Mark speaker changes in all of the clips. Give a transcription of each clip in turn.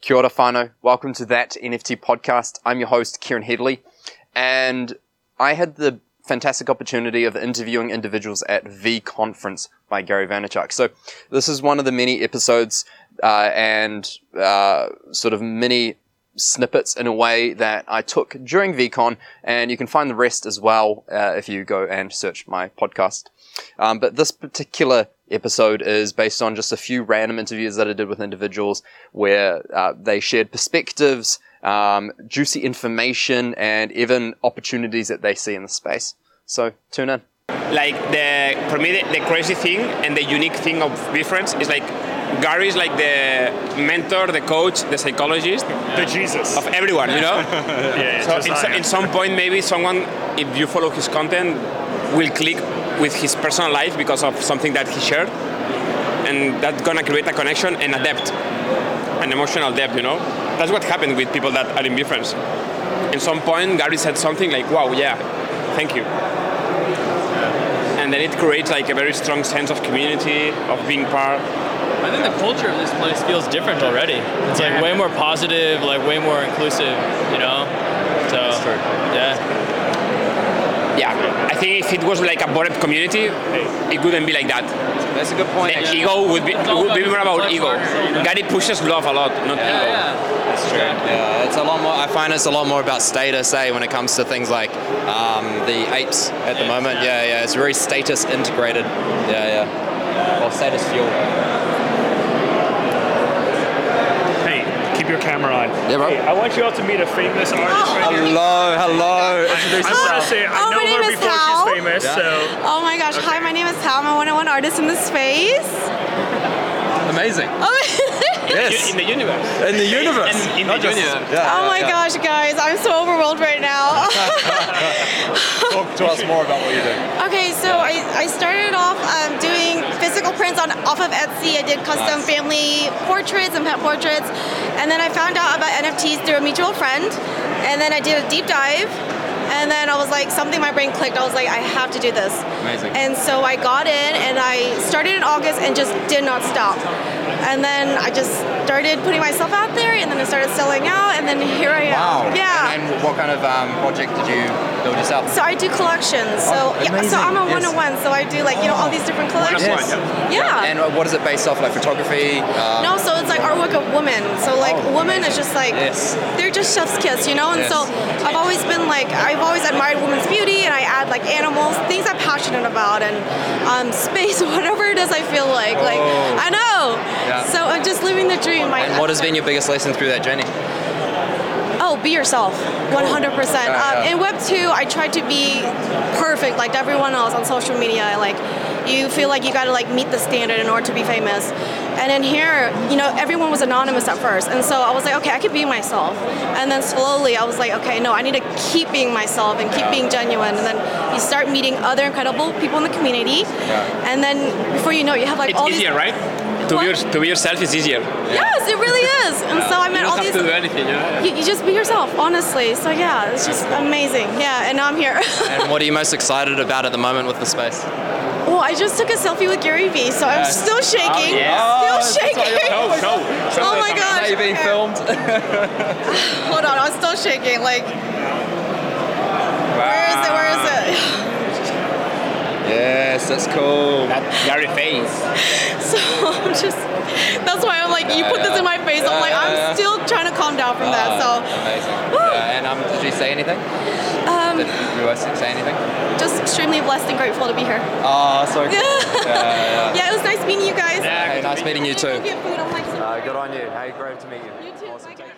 Speaker 1: Kia ora whānau. Welcome to that NFT podcast. I'm your host, Kieran Headley, and I had the fantastic opportunity of interviewing individuals at The Conference by Gary Vaynerchuk. So this is one of the many episodes uh, and uh, sort of mini snippets in a way that I took during VCon, and you can find the rest as well uh, if you go and search my podcast. Um, but this particular episode is based on just a few random interviews that I did with individuals where uh, they shared perspectives, um, juicy information, and even opportunities that they see in the space. So tune in.
Speaker 2: like the for me the, the crazy thing and the unique thing of difference is like Gary is like the mentor, the coach, the psychologist
Speaker 3: The Jesus.
Speaker 2: of everyone, you know.
Speaker 3: yeah,
Speaker 2: so
Speaker 3: just
Speaker 2: in, so,
Speaker 3: like-
Speaker 2: in some point, maybe someone, if you follow his content, will click with his personal life because of something that he shared, and that's gonna create a connection and a depth, an emotional depth, you know. That's what happened with people that are indifferent. In some point, Gary said something like, "Wow, yeah, thank you." And then it creates like a very strong sense of community, of being part.
Speaker 4: I think the culture of this place feels different already. It's like way more positive, like way more inclusive, you know? So, yeah.
Speaker 2: Yeah, I think if it was like a bored community, it wouldn't be like that.
Speaker 1: That's a good point.
Speaker 2: The ego would be
Speaker 4: all
Speaker 2: would be more
Speaker 4: about
Speaker 2: about
Speaker 4: much
Speaker 2: ego.
Speaker 4: harder, you know?
Speaker 2: Gary pushes love a lot, not ego.
Speaker 1: That's true. Yeah, it's a lot more. I find it's a lot more about status, eh? When it comes to things like um, the apes at the moment. Yeah, yeah. It's very status integrated. Yeah, yeah. Well, status fuel.
Speaker 3: Hey, keep your camera on.
Speaker 1: Yeah, bro.
Speaker 3: Hey, I want you all to meet a famous artist right
Speaker 1: Oh.
Speaker 3: here.
Speaker 1: Hello, hello.
Speaker 3: I want to say I
Speaker 5: Oh,
Speaker 3: know
Speaker 5: my
Speaker 3: her
Speaker 5: name is
Speaker 3: before
Speaker 5: Hal.
Speaker 3: she's famous, so
Speaker 5: Oh my gosh. Hi, my name is Hal. I'm a one-on-one artist in the space.
Speaker 1: Amazing.
Speaker 5: Oh,
Speaker 1: Yes.
Speaker 2: In the universe.
Speaker 1: In the universe.
Speaker 2: In, in the universe.
Speaker 5: Oh my gosh, guys. I'm so overwhelmed right now.
Speaker 1: Talk to us more about what you do.
Speaker 5: okay, so I, I started off um, doing physical prints on off of Etsy. I did custom family portraits and pet portraits. And then I found out about NFTs through a mutual friend. And then I did a deep dive. And then I was like, something in my brain clicked. I was like, I have to do this.
Speaker 1: Amazing.
Speaker 5: And so I got in and I started in August and just did not stop. And then I just started putting myself out there and then I started selling out and then here I am. Yeah.
Speaker 1: And then what kind of um, project did you build yourself?
Speaker 5: So I do collections.
Speaker 1: Oh,
Speaker 5: So yeah,
Speaker 1: amazing.
Speaker 5: so I'm a
Speaker 1: Yes.
Speaker 5: one-on-one. So I do like you know all these different collections.
Speaker 1: Yes.
Speaker 5: Yeah.
Speaker 1: And uh, what is it based off? Like photography? Um,
Speaker 5: no, so it's like artwork of women. So like
Speaker 1: Oh,
Speaker 5: women is just like
Speaker 1: Yes.
Speaker 5: they're just chef's kiss, you know. And so I've always been like I've always admired women's beauty, and I add like animals, things I'm passionate about, and um, space, whatever it is I feel like. Like
Speaker 1: Oh.
Speaker 5: I know.
Speaker 1: Yeah.
Speaker 5: So I'm just living the dream. I-
Speaker 1: And what has been your biggest lesson through that journey?
Speaker 5: Oh, be yourself, 100%.
Speaker 1: Yeah,
Speaker 5: Um,
Speaker 1: yeah.
Speaker 5: in Web 2, I tried to be perfect like everyone else on social media. Like, you feel like you gotta like meet the standard in order to be famous. And in here, you know, everyone was anonymous at first. And so I was like, okay, I could be myself. And then slowly I was like, okay, no, I need to keep being myself and keep being genuine. And then you start meeting other incredible people in the community. And then before you know it, you have like
Speaker 2: It's
Speaker 5: all
Speaker 2: easier,
Speaker 5: these.
Speaker 2: right? To be, your, to be yourself is easier.
Speaker 5: Yes, it really is. And so I
Speaker 2: you
Speaker 5: met
Speaker 2: don't
Speaker 5: all
Speaker 2: have
Speaker 5: these.
Speaker 2: to do anything, you know?
Speaker 5: You, you just be yourself, honestly. So yeah, it's just amazing. Yeah, and now I'm here.
Speaker 1: And what are you most excited about at the moment with the space?
Speaker 5: Oh well, I just took a selfie with Gary Vee, so I'm still shaking.
Speaker 1: yeah. Oh,
Speaker 5: Still
Speaker 1: that's
Speaker 5: shaking.
Speaker 2: No, no.
Speaker 5: Oh my gosh. Okay,
Speaker 1: filmed.
Speaker 5: Hold on, I'm still shaking. Like, where is it? Where is it?
Speaker 1: Yes, that's cool.
Speaker 2: That Gary face.
Speaker 1: Ah.
Speaker 5: So I'm just. That's why I'm like, you put this in my face. I'm like, I'm still trying to calm down from
Speaker 1: Ah.
Speaker 5: that. So
Speaker 1: Amazing.
Speaker 5: Woo!
Speaker 1: Yeah, and um, did you say anything?
Speaker 5: Um,
Speaker 1: did you guys say anything?
Speaker 5: just extremely blessed and grateful to be here.
Speaker 1: Oh, sorry.
Speaker 5: Yeah, it was nice meeting you guys.
Speaker 1: Hey, nice meeting you
Speaker 5: Go
Speaker 1: too.
Speaker 5: get food. I'm like, so-
Speaker 1: Uh, good on you. Hey, great to meet you.
Speaker 5: You too. Bye, guys.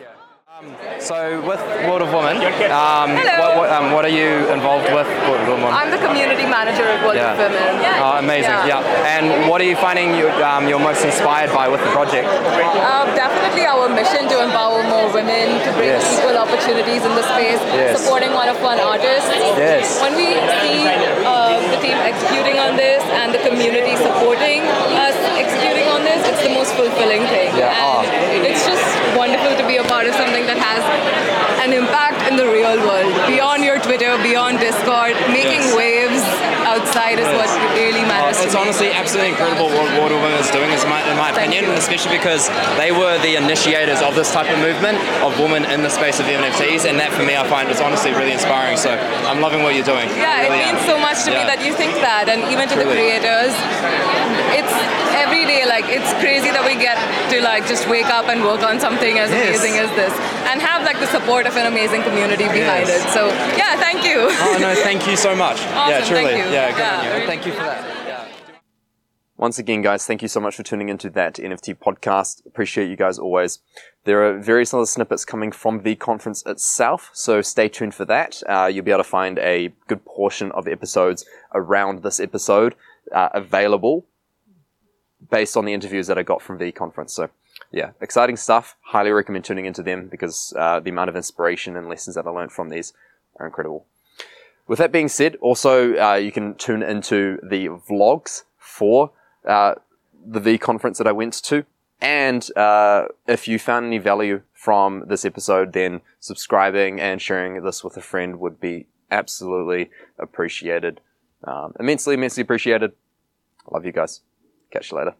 Speaker 1: Um, So with World of Women, um, what, what, um, what are you involved with? World of Women?
Speaker 6: I'm the community manager of World
Speaker 1: Yeah.
Speaker 6: of Women.
Speaker 1: Oh, amazing. Yeah. And what are you finding you, um, you're most inspired by with the project?
Speaker 6: Uh, definitely our mission to empower more women to bring
Speaker 1: Yes.
Speaker 6: equal opportunities in the space,
Speaker 1: Yes.
Speaker 6: supporting one of one artists.
Speaker 1: Yes.
Speaker 6: When we see uh, the team executing on this and the community supporting us executing on this, it's the most fulfilling thing.
Speaker 1: Yeah. Ah.
Speaker 6: And it's just wonderful to be a part of something that has an impact in the real world, beyond your Twitter, beyond Discord, making waves out outside is what really
Speaker 1: Ah,
Speaker 6: matters.
Speaker 7: It's
Speaker 6: to me.
Speaker 7: honestly absolutely incredible what War Woman is doing, is my, in my
Speaker 6: Thank
Speaker 7: opinion,
Speaker 6: you.
Speaker 7: especially because they were the initiators of this type of movement of women in the space of NFTs, and that for me I find is honestly really inspiring. So I'm loving what you're doing.
Speaker 6: Yeah, it
Speaker 7: Really am.
Speaker 6: means so much to me
Speaker 7: Oh, Yeah.
Speaker 6: that you think that, and even to the
Speaker 7: Truly.
Speaker 6: creators. It's every day, like it's crazy that we get to like just wake up and work on something as
Speaker 7: Yes.
Speaker 6: amazing as this, and have like the support of an amazing community behind
Speaker 7: Yes.
Speaker 6: it. So yeah, thank you.
Speaker 7: Oh no, thank you so much. yeah,
Speaker 6: Awesome,
Speaker 7: truly.
Speaker 6: thank you.
Speaker 7: Yeah, good
Speaker 6: Yeah,
Speaker 7: on you.
Speaker 6: really
Speaker 7: Thank you for that. Yeah.
Speaker 1: Once again, guys, thank you so much for tuning into that NFT podcast. Appreciate you guys always. There are various other snippets coming from the conference itself, so stay tuned for that. Uh, you'll be able to find a good portion of the episodes around this episode uh, available based on the interviews that I got from the conference. So, yeah, exciting stuff. Highly recommend tuning into them because uh, the amount of inspiration and lessons that I learned from these are incredible. With that being said, also uh, you can tune into the vlogs for uh, the V conference that I went to. And uh, if you found any value from this episode, then subscribing and sharing this with a friend would be absolutely appreciated. Um, immensely, immensely appreciated. I love you guys. Catch you later.